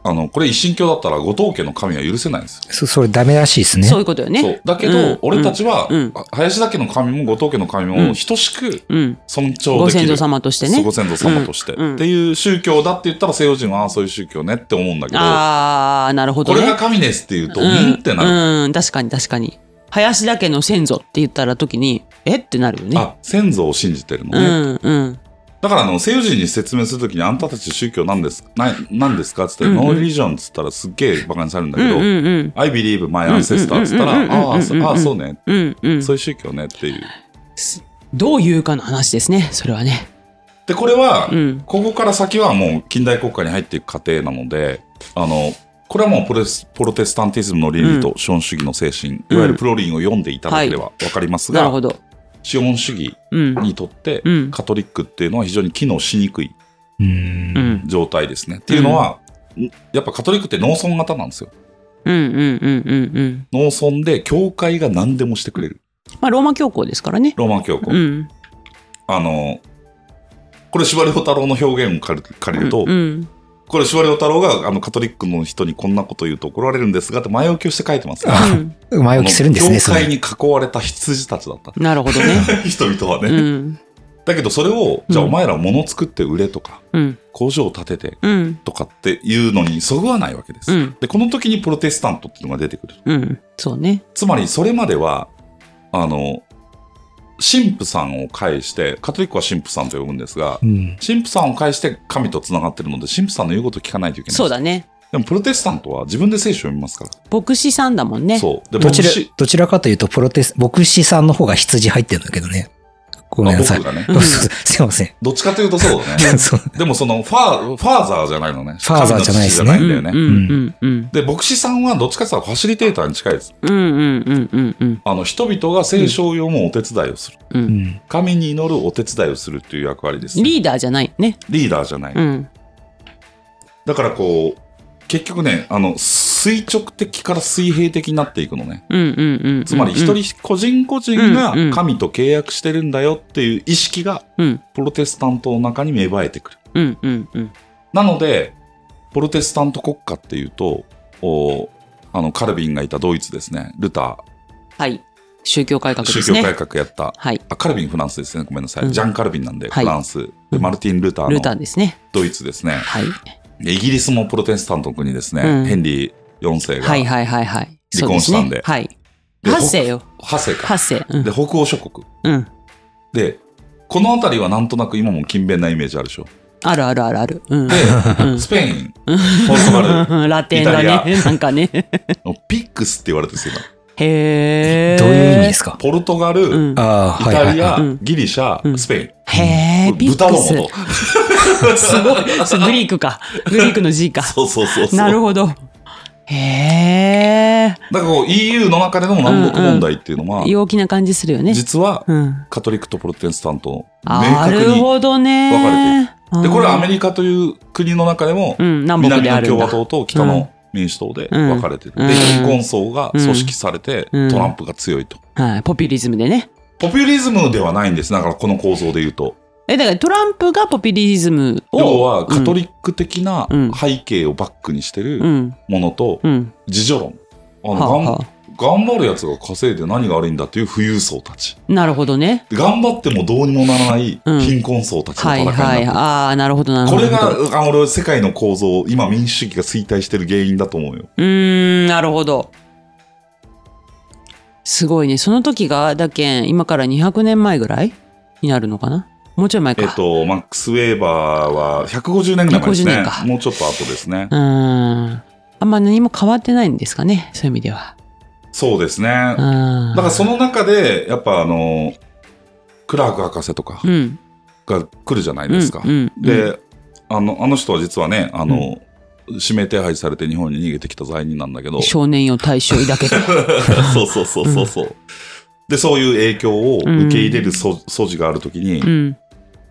あの、これ一神教だったら後藤家の神は許せないんですよ
そ、それダメらしいですね。。
そういうことよね。
そうだけど、
うん
俺たちは、
うん
あ林田家の神も後藤家の神
うん
も等しく
うん、
尊重
ご
できる、
先祖様として
そう
ね
ご。先祖様として、
うんうん
っていう宗教だって言ったら西洋人はああそういう宗教ねって思うんだけど、
あーなるほど
こ
ね。
れが神ですって言うと、うん、
うん
ってなる、
うん、確かに確かに。林田家の先祖って言ったら時にえってなるよね。
あ先祖を信じてるの
う
ね、
んうん
だからあの西洋人に説明するときにあんたたち宗教なんですななんですかっつって、
うんうん
ノーリリジョンっつったらすっげえバカにされるんだ
う
け
ん
ど、
うんうん。
I believe my ancestor っつったら、
うんうんうんうんうん
ああそああそうね、
うんうん、
そういう宗教ねっていう
どういうかの話ですねそれはね。
でこれは、
うん
ここから先はもう近代国家に入っていく過程なので、あの、これはもうプロスプロテスタンティズムの倫理と資本主義の精神、
うん
いわゆるプロリンを読んでいただければわかります
なる
が、
ほど。
資本主義
うん
にとって
うん
カトリックっていうのは非常に機能しにくいう
うんん
状態ですね。っていうのは、やっぱカトリックって農村型なんですよ。
うんうんうんうんうん。
農村で教会が何でもしてくれる。
まあローマ教皇ですからね。
ローマ教皇。
うん
あの、これ、司馬遼太郎の表現を借り借りると、
うん
これ、司馬遼太郎が、あの、カトリックの人にこんなこと言うと怒られるんですがって前置きをして書いてますから。
うん。
前置きするんですね、
教
それ
会。に囲われた羊たちだった
なるほどね。
人々は
う
ね。
ん
だけど、それを、じゃあ
う
お
ん
前ら物作って売れとか、
うん
工場を建てて
うん
とかっていうのにそぐわないわけです。
うん
で、この時にプロテスタントっていうのが出てくる。
うんそうね。
つまり、それまでは、あの、神父さんを介して、カトリックは神父さんと呼ぶんですが、
うん。
神父さんを介して神と繋がってるので、神父さんの言うことを聞かないといけない。
そうだね。
でも、プロテスタントは自分で聖書を読みますから。
牧師さんだもんね。
そう。で、
どちら
牧師、
どちらかというと、プロテス、牧師さんの方が羊入ってるんだけどね。ごめん
あ
なさい
僕。がね
う。ん
そうそうすいません。。
どっちかというとそうだね
そう
でもそのファー、ファーザーじゃないのね。
ファーザーじゃないです
うんう
神の父じゃ
ね
ん
ないんだ
う
よね。
んうん
で、牧師さんはどっちかというとファシリテーターに近いです。
うんうんうんうんうん
あの、人々が聖書を読むお手伝いをする。
う
うんん。
神に祈るお手伝いをするっていう役割です、ね。
リーダーじゃないね。
リーダーじゃない。
うん
だからこう、結局ね、あの、垂直的から水平的になっていくのね。
うんうんうんうん。
つまり一人個人個人が
うんうん
神と契約してるんだよっていう意識が
うん
プロテスタントの中に芽生えてくる。
うんうんうん
なので、プロテスタント国家っていうと、おあのカルビンがいたドイツですね、ルタ
はい宗教改
ー、
革で
宗
す
教改
ね。
革やった、
はい
あカルビンフランスですね、ごめんなさい、
うん
ジャン・カルビンなんで、
はい
フランス、
う
で
ん
マルティン・ルター
ルタ
の
ーですね。
ドイツですね、
はい
でイギリスもプロテスタントの国ですね、
うん
ヘンリー4世が、
はいはいはいはい。
離婚したんで
そうすねはい。
で
八世よ
8世か、
八世。うん
で北欧諸国、
うん
で、この辺りはなんとなく今も勤勉なイメージあるでしょ、
あるあるあるある。うん
で
うん
スペイン、ポルトガル、
うん ラテンだ
イタリ
ね。なんかね。
ピックスって言われてるんですよ、今
へー
どういう意味ですか
ポルトガル、
うん
ああ、
イ
はいは
タ
い
リ
は
ア、
うん
ギリシャ、
うん
スペイン。
へー、ビッ
豚
ク
の
ス
も。
すごい。そうグリークか。グリークの G か
と。。そうそうそうそ う。
なるほど。へ
だからこう EU の中での南国問題っていうのは、
ー。陽気な感じするよね。
実は
うん。
カトリックとプロテスタントの明
な
確
る
に。
ほどね。
で、これはアメ
リ
リカという国の中でも
う、ん、南北
南
であ
の
るん
共和
だ。
党と北の民主党で分かれてる。
うん
で、
うん
貧困層が組織されて、
うん
トランプが強いと。
はい、ポピュリズムでね。
ポピュリズムではないんです。だからこの構造で言うと。
え、だからトランプがポピュリズムを。
要は、カト
リ
リック的な
うん
背景をバックにして
う
る
ん、
ものと、
うん、
自助論。あ
う
の
ん。はあ、
頑
は
頑張るやつが稼いで何が悪いんだっていう富裕層たち。
あ。なるほどね。
で頑張ってもどうにもならない
うん
貧困層たちの
は
戦い
い
になってる
はい。ああ、なるほどなるほ
こ
ど。
れが、あ俺、世界の構造、今民主主義が衰退してる原因だと思うよ。
うーん、なるほど。すごいね。その時が、だけん、今から200年前ぐらいになるのかなもうちょい前か。
えっと、マックス・ウェーバーは150年ぐらい前です
150
ね
年か。
もうちょっと後ですね
う。ーん。あんま何も変わってないんですかね。そういう意味では。
そうですね。
う
だ
ん。
からその中で、やっぱあの、クラーク博士とか
うん。
が来るじゃないですか
うん。うん、
で、あの、あの人は実はね、あの、指名手配されて日本に逃げてきた罪人なんだけ
う
ど
ん、少年よ大将だけと。
そうそうそうそうそう。で、そういう影響を受け入れるそ素地があるときに、
うん。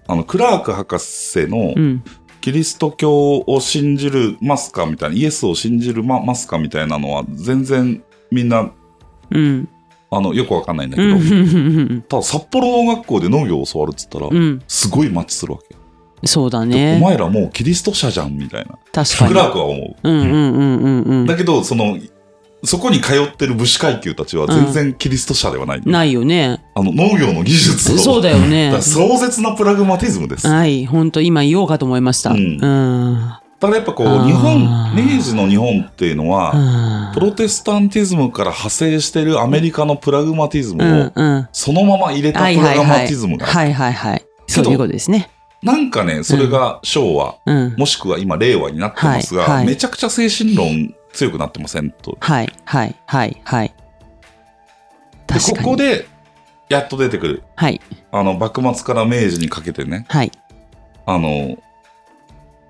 あの、クラーク博士の
うん。
キリスト教を信じるますかみたいな、イエスを信じるまますかみたいなのは、全然みんな、
うん。
あの、よくわかんないんだ
う
けど、
ん。
ただ札幌農学校で農業を教わるっつったら、
うん。
すごいマッチするわけ。
そうだ
でお
ね。
前らもうキリスト者じゃんみたいな。
確か
ク
に。
ラークは思
うんうんうんうん
う。
う
だけど、その、そこに通ってる武士階級たちは全然キリスト者ではない。
ん。ないよね。
あの、農業の技術を。
そうだよね
だか。ら壮絶なプラグマティズムです。だか
はい。本当今言おうかと思いました。
う
うんん。
らやっぱこう、
あー
日本、明治の日本っていうのは、
あ
プロテスタンティズムから派生してるアメリカのプラグマティズムを、
うんうん、
そのまま入れたプ
はいは
ラ
い
グマ
は
テ
い
ィズムが、
はいはいはいそういうことですね
なんかね、それが昭和、
うん
もしくは今令和になってます
はいは
が、
い
めちゃくちゃ精神論強くなってませんと。
はいはいはいはい
で、
確か
こ
に
こで、やっと出てくる。
はい
あの、幕末から明治にかけてね、
はい
あの、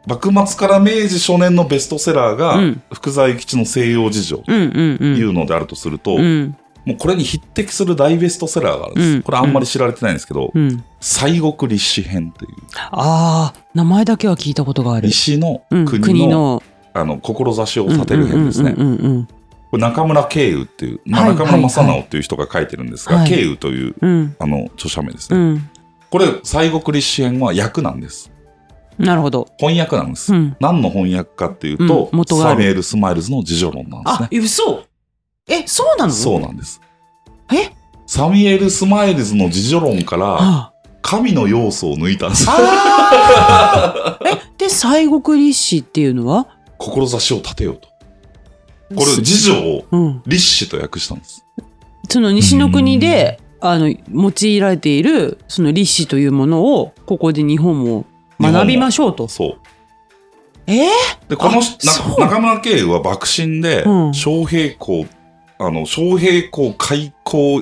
幕末から明治初年のベストセラーが
うん、
福沢諭吉の西洋事情。
うんうんうん
いうのであるとすると、
うん
もうこれに匹敵する大ベストセラーがあるんです。
うん
これあんまり知られてないんですけど、
うん
西国立志編っていう、
あー名前だけは聞いたことがある
西の
うん
国の,、あの志を立てる編ですね。
うんうんうん
これ中村慶宇っていう、まあ
はい
中村正直っていう人が書いてるんですが、
はい
慶宇という
うん
あの著者名です
う
ね。
ん
これ、西国立支援は訳なんです。
なるほど。
翻訳なんです。
うん。
何の翻訳かっていうと、
うん元があ
サ
る
ミュエル・スマイルズの自助論なんです
あ
ね、。
え嘘え、そうなの
そう
の。
なんです。
え
サミュエル・スマイルズの自助論から、
あ
神の要素を抜いたんです。
あーえ、で、西国立志っていうのは
志を立てようと。これ、自助
う
を
ん。
立志と訳したんです。
その西の国で、あの、用いられている、その立志というものを、ここで日本も学びましょうと。
そう。
えー
で、この
あ
し、な
そう
中村慶は幕臣で、
うん
昌平公、あの、昌平公開校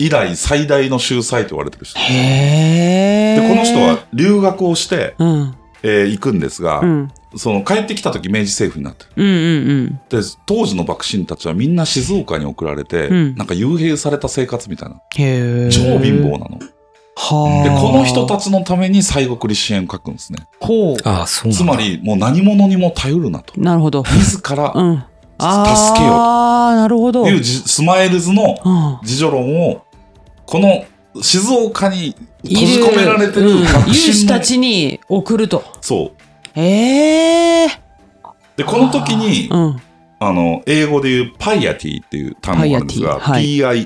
以来最大の秀才と言われてる人。
へ
で、
ー
この人は、留学をして、
うん。
えー行くんですが、
うん。
その帰ってきた時明治政府になって
うんうん
る。で、当時の幕臣たちはみんな静岡に送られて、
うん
なんか幽閉された生活みたいな。
うん。へえ。
超貧乏。なの。
はあ。
で、この人たちのために西国立支援を書くんですね。
ほう。
ああ、そうな
つ
んだ
まり、もう何者にも頼るなと。
なるほど。
自ら
う、ん。
助けようと
ああ、なるほど。
いううじスマイルズの
ん。
自助論を、この静岡に閉じ込められてる
うん
学
有志
信の、
たちに送ると。
そう。
ええ
で、この時に、あ
うん。
の、英語で言うパイアティっていう単語があるんですが、
パ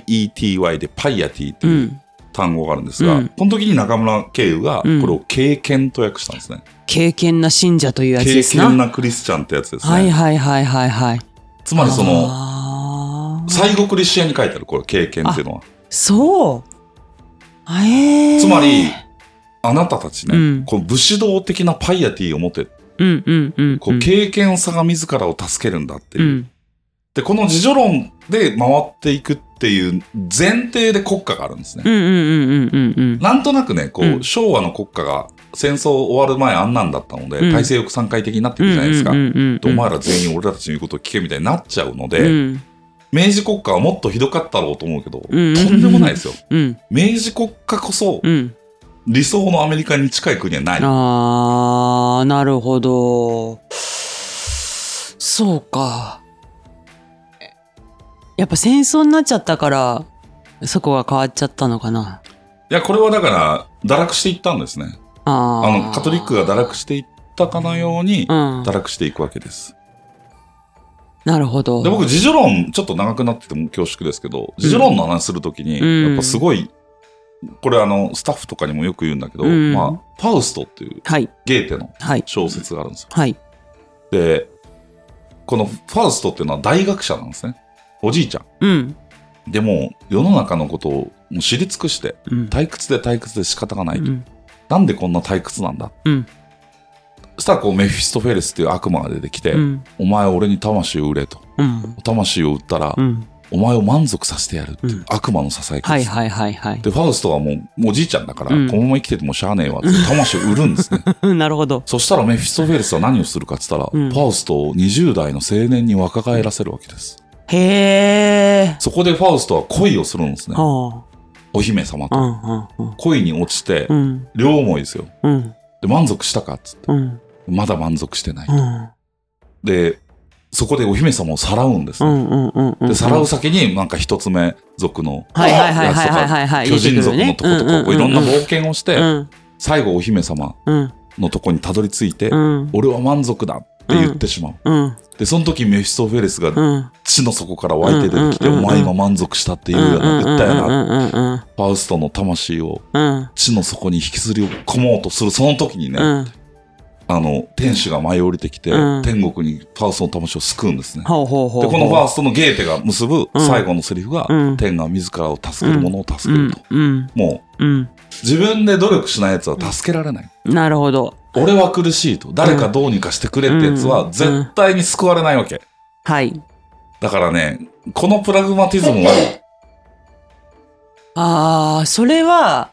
P-I-E-T-Y でパイアティって
う。
いうん単語があるんですが、
うん
この時に中村慶友がこ
うん
れを経験と訳したんですね。
経験な信者というやつ
経
ですな。
験なクリスチャンってやつですね。
はいはいはいはいはい。
つまりその、
あー
西国立支援に書いてある、これ経験っていうのは。
そう。ええ
つまり、あなたたちね、
うん
こう武士道的なパイアティを持って、
うんうんうん。
こう経験差が自らを助けるんだってい
う。
う
ん。
で、この自助論で回っていくっていう前提で国家があるんです
う
ね。
んうんうんうんうん
なんとなくね、こう、
うん
昭和の国家が戦争終わる前あんなんだったので、
うん
体制抑散会的になって
う
る
ん。
じゃないですか。
うんうんうんうん
でお前ら全員俺らたちの言うことを聞けみたいになっちゃうので、
うん
明治国家はもっとひどかったろうと思うけど、
ん
とんでもないですよ。
うん
明治国家こそ
うん。
理想のアメリカに近い国はない。
ああ、なるほど。そうか。やっぱ戦争になっちゃったから、そこが変わっちゃったのかな。
いや、これはだから堕落していったんですね。
あ
あ
ー
の、カトリックが堕落していったかのように、
うん
堕。落していくわけです。
なるほど。
で、僕、自助論、ちょっと長くなってても恐縮ですけど、自助論の話するときに、
うん
やっぱすごい、これあの、スタッフとかにもよく言うんだけど、
うん
まあ、ファウストっていう
はい、
ゲーテの
はい、
小説があるんですよ。
はい。
で、このファウストっていうのは大学者なんですね。おじいちゃ
うん。
ん。でも、世の中のことをもう知り尽くして、
うん。
退屈で退屈で仕方がないと。
うん
なんでこんな退屈なんだ
うん。
そしたらこう、メフィストフェレスっていう悪魔が出てきて、
うん。
お前俺に魂を売れと。
うん。
魂を売ったら
う、ん。
お前を満足させてやるっていう
うん
悪魔のささやきです。
はい、はい、はい、はい。
で、ファウストはもう、もうおじいちゃんだから、
うん
このまま生きててもしゃあねえわって、魂を売るんで すね。
なるほど。
そしたらメフィストフェレスは何をするかって言ったら、
うん
ファウストを20代の青年に若返らせるわけです。
へえ。
そこでファウストは恋をするんですね。
は
お姫様
あ。う
と。
ん、うん、
恋に落ちて
う、ん。
両思いですよ。
うん、うん、
で、満足したかっつって。
うん、
まだ満足してない。
うん。
で、そこでお姫様をさらうんです
う
ね。
んうんうんうん。
で、さらう先になんか一つ目族の、
はいはいはいはいはい
や
はいはい。
つとか巨人族のとことか、こういろんな冒険をし
う
て、
ん
最後お姫様
うん
のとこにたどり着いて
う、ん
俺は満足だって言ってしまう。
うん
で、その時メフィストフェレスが
うん。
地の底から湧いて出てきて、
うんうんうん
お前今満足したって言うよな、言ったよな。
な。
ファウストの魂を
うん
地の底に引きずり込もうとする、その時にね、
うん。
あの、天使が舞い降りてきて、
うん
天国にファウストの魂を救うんですね。
ほうほうほう。
で、このファウストのゲーテが結ぶ最後のセリフが、
うん
天が自らを助ける者を
う
助ける
ん
と。
うん
もう、
うん。
自分で努力しない奴は助けられない。
なるほど。
俺は苦しいと。誰かどうにかしてくれって奴
う
は
ん
絶対に救われないわけ。
はい。
だからね、このプラグマティズムは、
ああ、それは、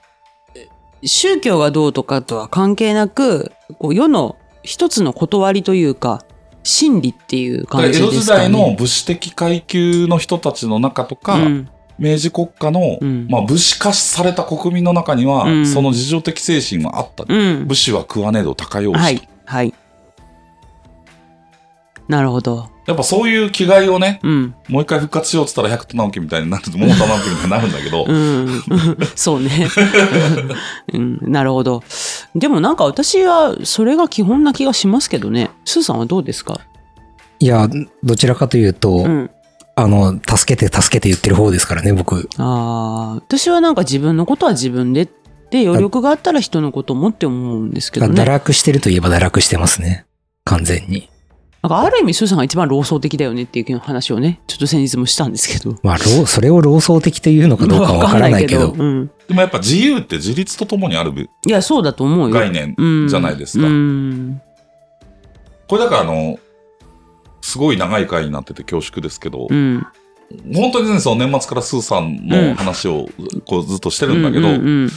宗教がどうとかとは関係なく、こう世の一つの断りというか、真理っていう
だから
感
江
じ
戸
で
時
すかね。
代の武士的階級の人たちの中とか、
うん
明治国家の、
うん
まあ、武士化された国民の中には、
うん
その自助的精神はあった。
うん。
武士は食わねえど高様式、
はい、はい。なるほど。
やっぱそういう気概をね、
うん。
もう一回復活しようっつったら百田直樹みたいになると、桃田直樹みたいになるんだけど、
うん、 そうね、 うん。なるほど。でもなんか私はそれが基本な気がしますけどね。スーさんはどうですか
いや、どちらかというと、
うん。
あの、助けて助けて言ってる方ですからね、僕。
ああ、私はなんか自分のことは自分でって余力があったら人のこともって思うんですけどね。
堕
なん
落してるといえば堕落してますね。完全に。
かある意味スーさんが一番老僧的だよねっていう話をね、ちょっと先日もしたんですけど。
まあ、 老それを老僧的というのかどうかはわからないけ
う
ど、
ん。
でもやっぱ自由って自立とともにあるべ
いや、そうだと思うよ。
概念
うん
じゃないですか。
うん。
これだからあの、すごい長い回になってて恐縮ですけど、
うん。
本当にね、その年末からスーさんの話をこうずっとしてるんだけど、
うんうん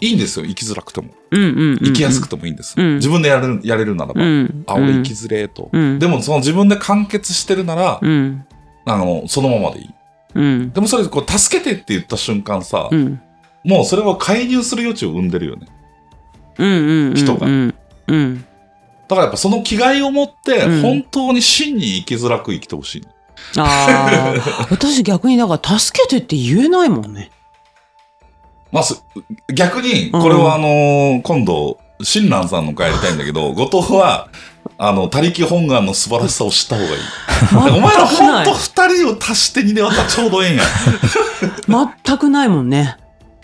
いいんですよ、生きづらくても。
うん。うんうんうん。
生きやすくてもいいんです。
うん
自分でやれるやれるならば、
うん。
あ、俺生きづれえと。
うん
でもその自分で完結してるなら、
うん。
あの、そのままでいい。
うん。
でもそれ、こう、助けてって言った瞬間さ、
うん。
もうそれを介入する余地を生んでるよね。
うんうんうん
人が
うんうん
だからやっぱその気概を持って
う、ん
本当に真に生きづらく生きてほしい。
ああ私逆にだから助けてって言えないもんね
まあ、す逆に、これはあのー今度、親鸞さんの回やりたいんだ けど、後藤は、あの、他力本願の素晴らしさを知った方がいい。お前ら
全く
ほ
なんい
と二人を足して二で割ったらちょうどええ んや。
全くないもんね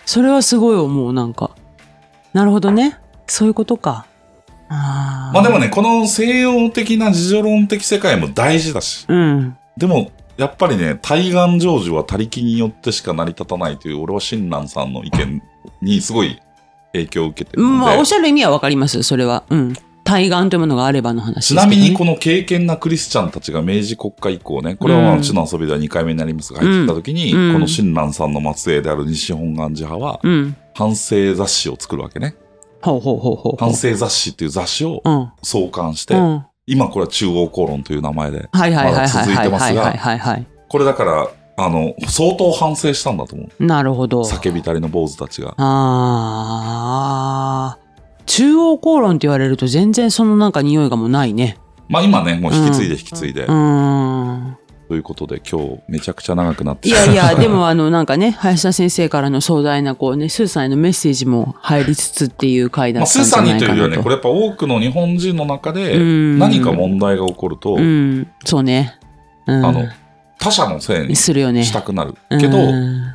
それはすごい思うなんかなるほどねそういうことかあー
まあでもね、この西洋的な自助論的世界も大事だし、
うん
でも、やっぱりね、対岸成就は他力によってしか成り立たないという、俺は親鸞さんの意見にすごい影響を受けてるので、
まあおっしゃる意味はわかりますそれはうん対岸というものがあればの話
ち
です
な
けど
み
ね
にこの敬虔なクリスチャンたちが明治国家以降ね、これはまあ
うん
うちの遊びでは2回目になりますが、入ってきた時に、
うん
この親鸞さんの末裔である西本願寺派は、
うん
反省雑誌を作るわけね。
ほうほうほうほうほう
反省雑誌っていう雑誌を
うん
創刊して、
うん
今これは中央公論という名前で、
はいはいはいはいはい
まだ続いてま
は
す
い
が
はいはいはい
これだから、あの、相当反省したんだと思う。
なるほど
叫びたりの坊主たちが。
ああ、中央公論って言われると全然そのなんか匂いがもうないね。
まあ今ね、もう引き継いで引き継いで
う、ーん。
ということで今日めちゃくちゃ長くなって
い
し
や
ま
い
ました
や、
が
で、もあのなんかね、林田先生からの壮大なこうね、スーさんへのメッセージも入りつつっていう回だ
まあ、
った
ス
ん
ー
じゃ
さん
な
に
い
とい
か
うよ
な
りは
と。
ね、これやっぱ多くの日本人の中で
うん
何か問題が起こると、
うん、そうね。うん、
あの、他者のせいにし
するよね。
たくなる。けど、
うん、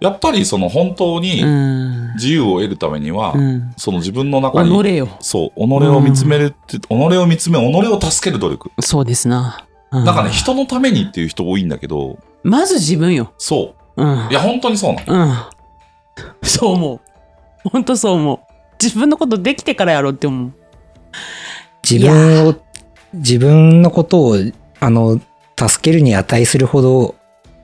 やっぱりその本当
う
に
ん、
自由を得るためには、
うん。
その自分の中に、
己よ。
そう、己を見つめるって、己を見つめ、己を助ける努力。
そうですな。うん
なんかね、人のためにっていう人多いんだけど、
まず自分よ。
そ
うん
う。い。や、本当にそうなの。
うん。そう思う。ほんとそう思う。自分のことできてからやろうって思う。
自分を、自分のことを、あの、助けるに値するほど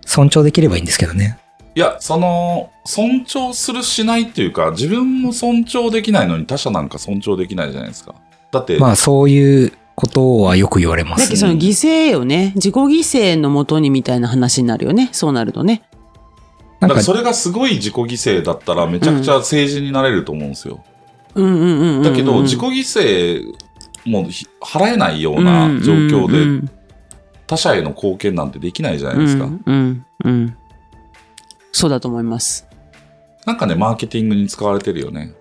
尊重できればいいんですけどね。
いや、その、尊重するしないっていうか、自分も尊重できないのに他者なんか尊重できないじゃないですか。だって、
まあ、そういうことはよく言われま
だけ
す
ど。その犠牲よね。自己犠牲のもとにみたいな話になるよね。そうなるとね。
な
だか、
んから
それがすごい自己犠牲だったらめちゃくちゃ政治になれると思うんですよ。
うんうんうんうんうん。
だけど、自己犠牲もひ払えないような状
うんう
況で
ん
他者への貢献なんてできないじゃな
うん
いですか。
うんうんうん。そうだと思います。
なんかね、マーケティングに使われてるよね。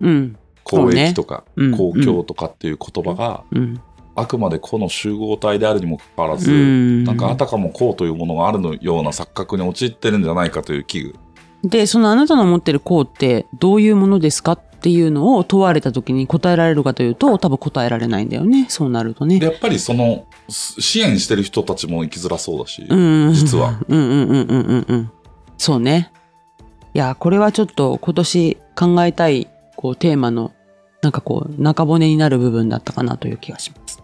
うん。そう
公
ね
益とか、
うん
公共とかっていう言葉が、
うん。
あくまで個の集合体であるにもかかわらず、
うん
なんかあたかもこうというものがあるのような錯覚に陥ってるんじゃないかという危惧。
で、そのあなたの持ってる功ってどういうものですかっていうのを問われた時に答えられるかというと、多分答えられないんだよね。そうなるとね
で、。やっぱりその、す支援してる人たちも生きづらそうだし、
うん
実は。
うんうんうんうんうんうん。そうね。いや、これはちょっと今年考えたい、こう、テーマの、なんかこう、中骨になる部分だったかなという気がします。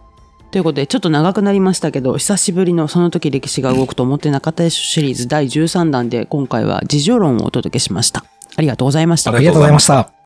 ということで、ちょっと長くなりましたけど、久しぶりのその時歴史が動くと思ってなかったでしょシリーズ第13弾で、今回は自助論をお届けしました。ありがとうございました
ありがとうございました
ありがとうございました。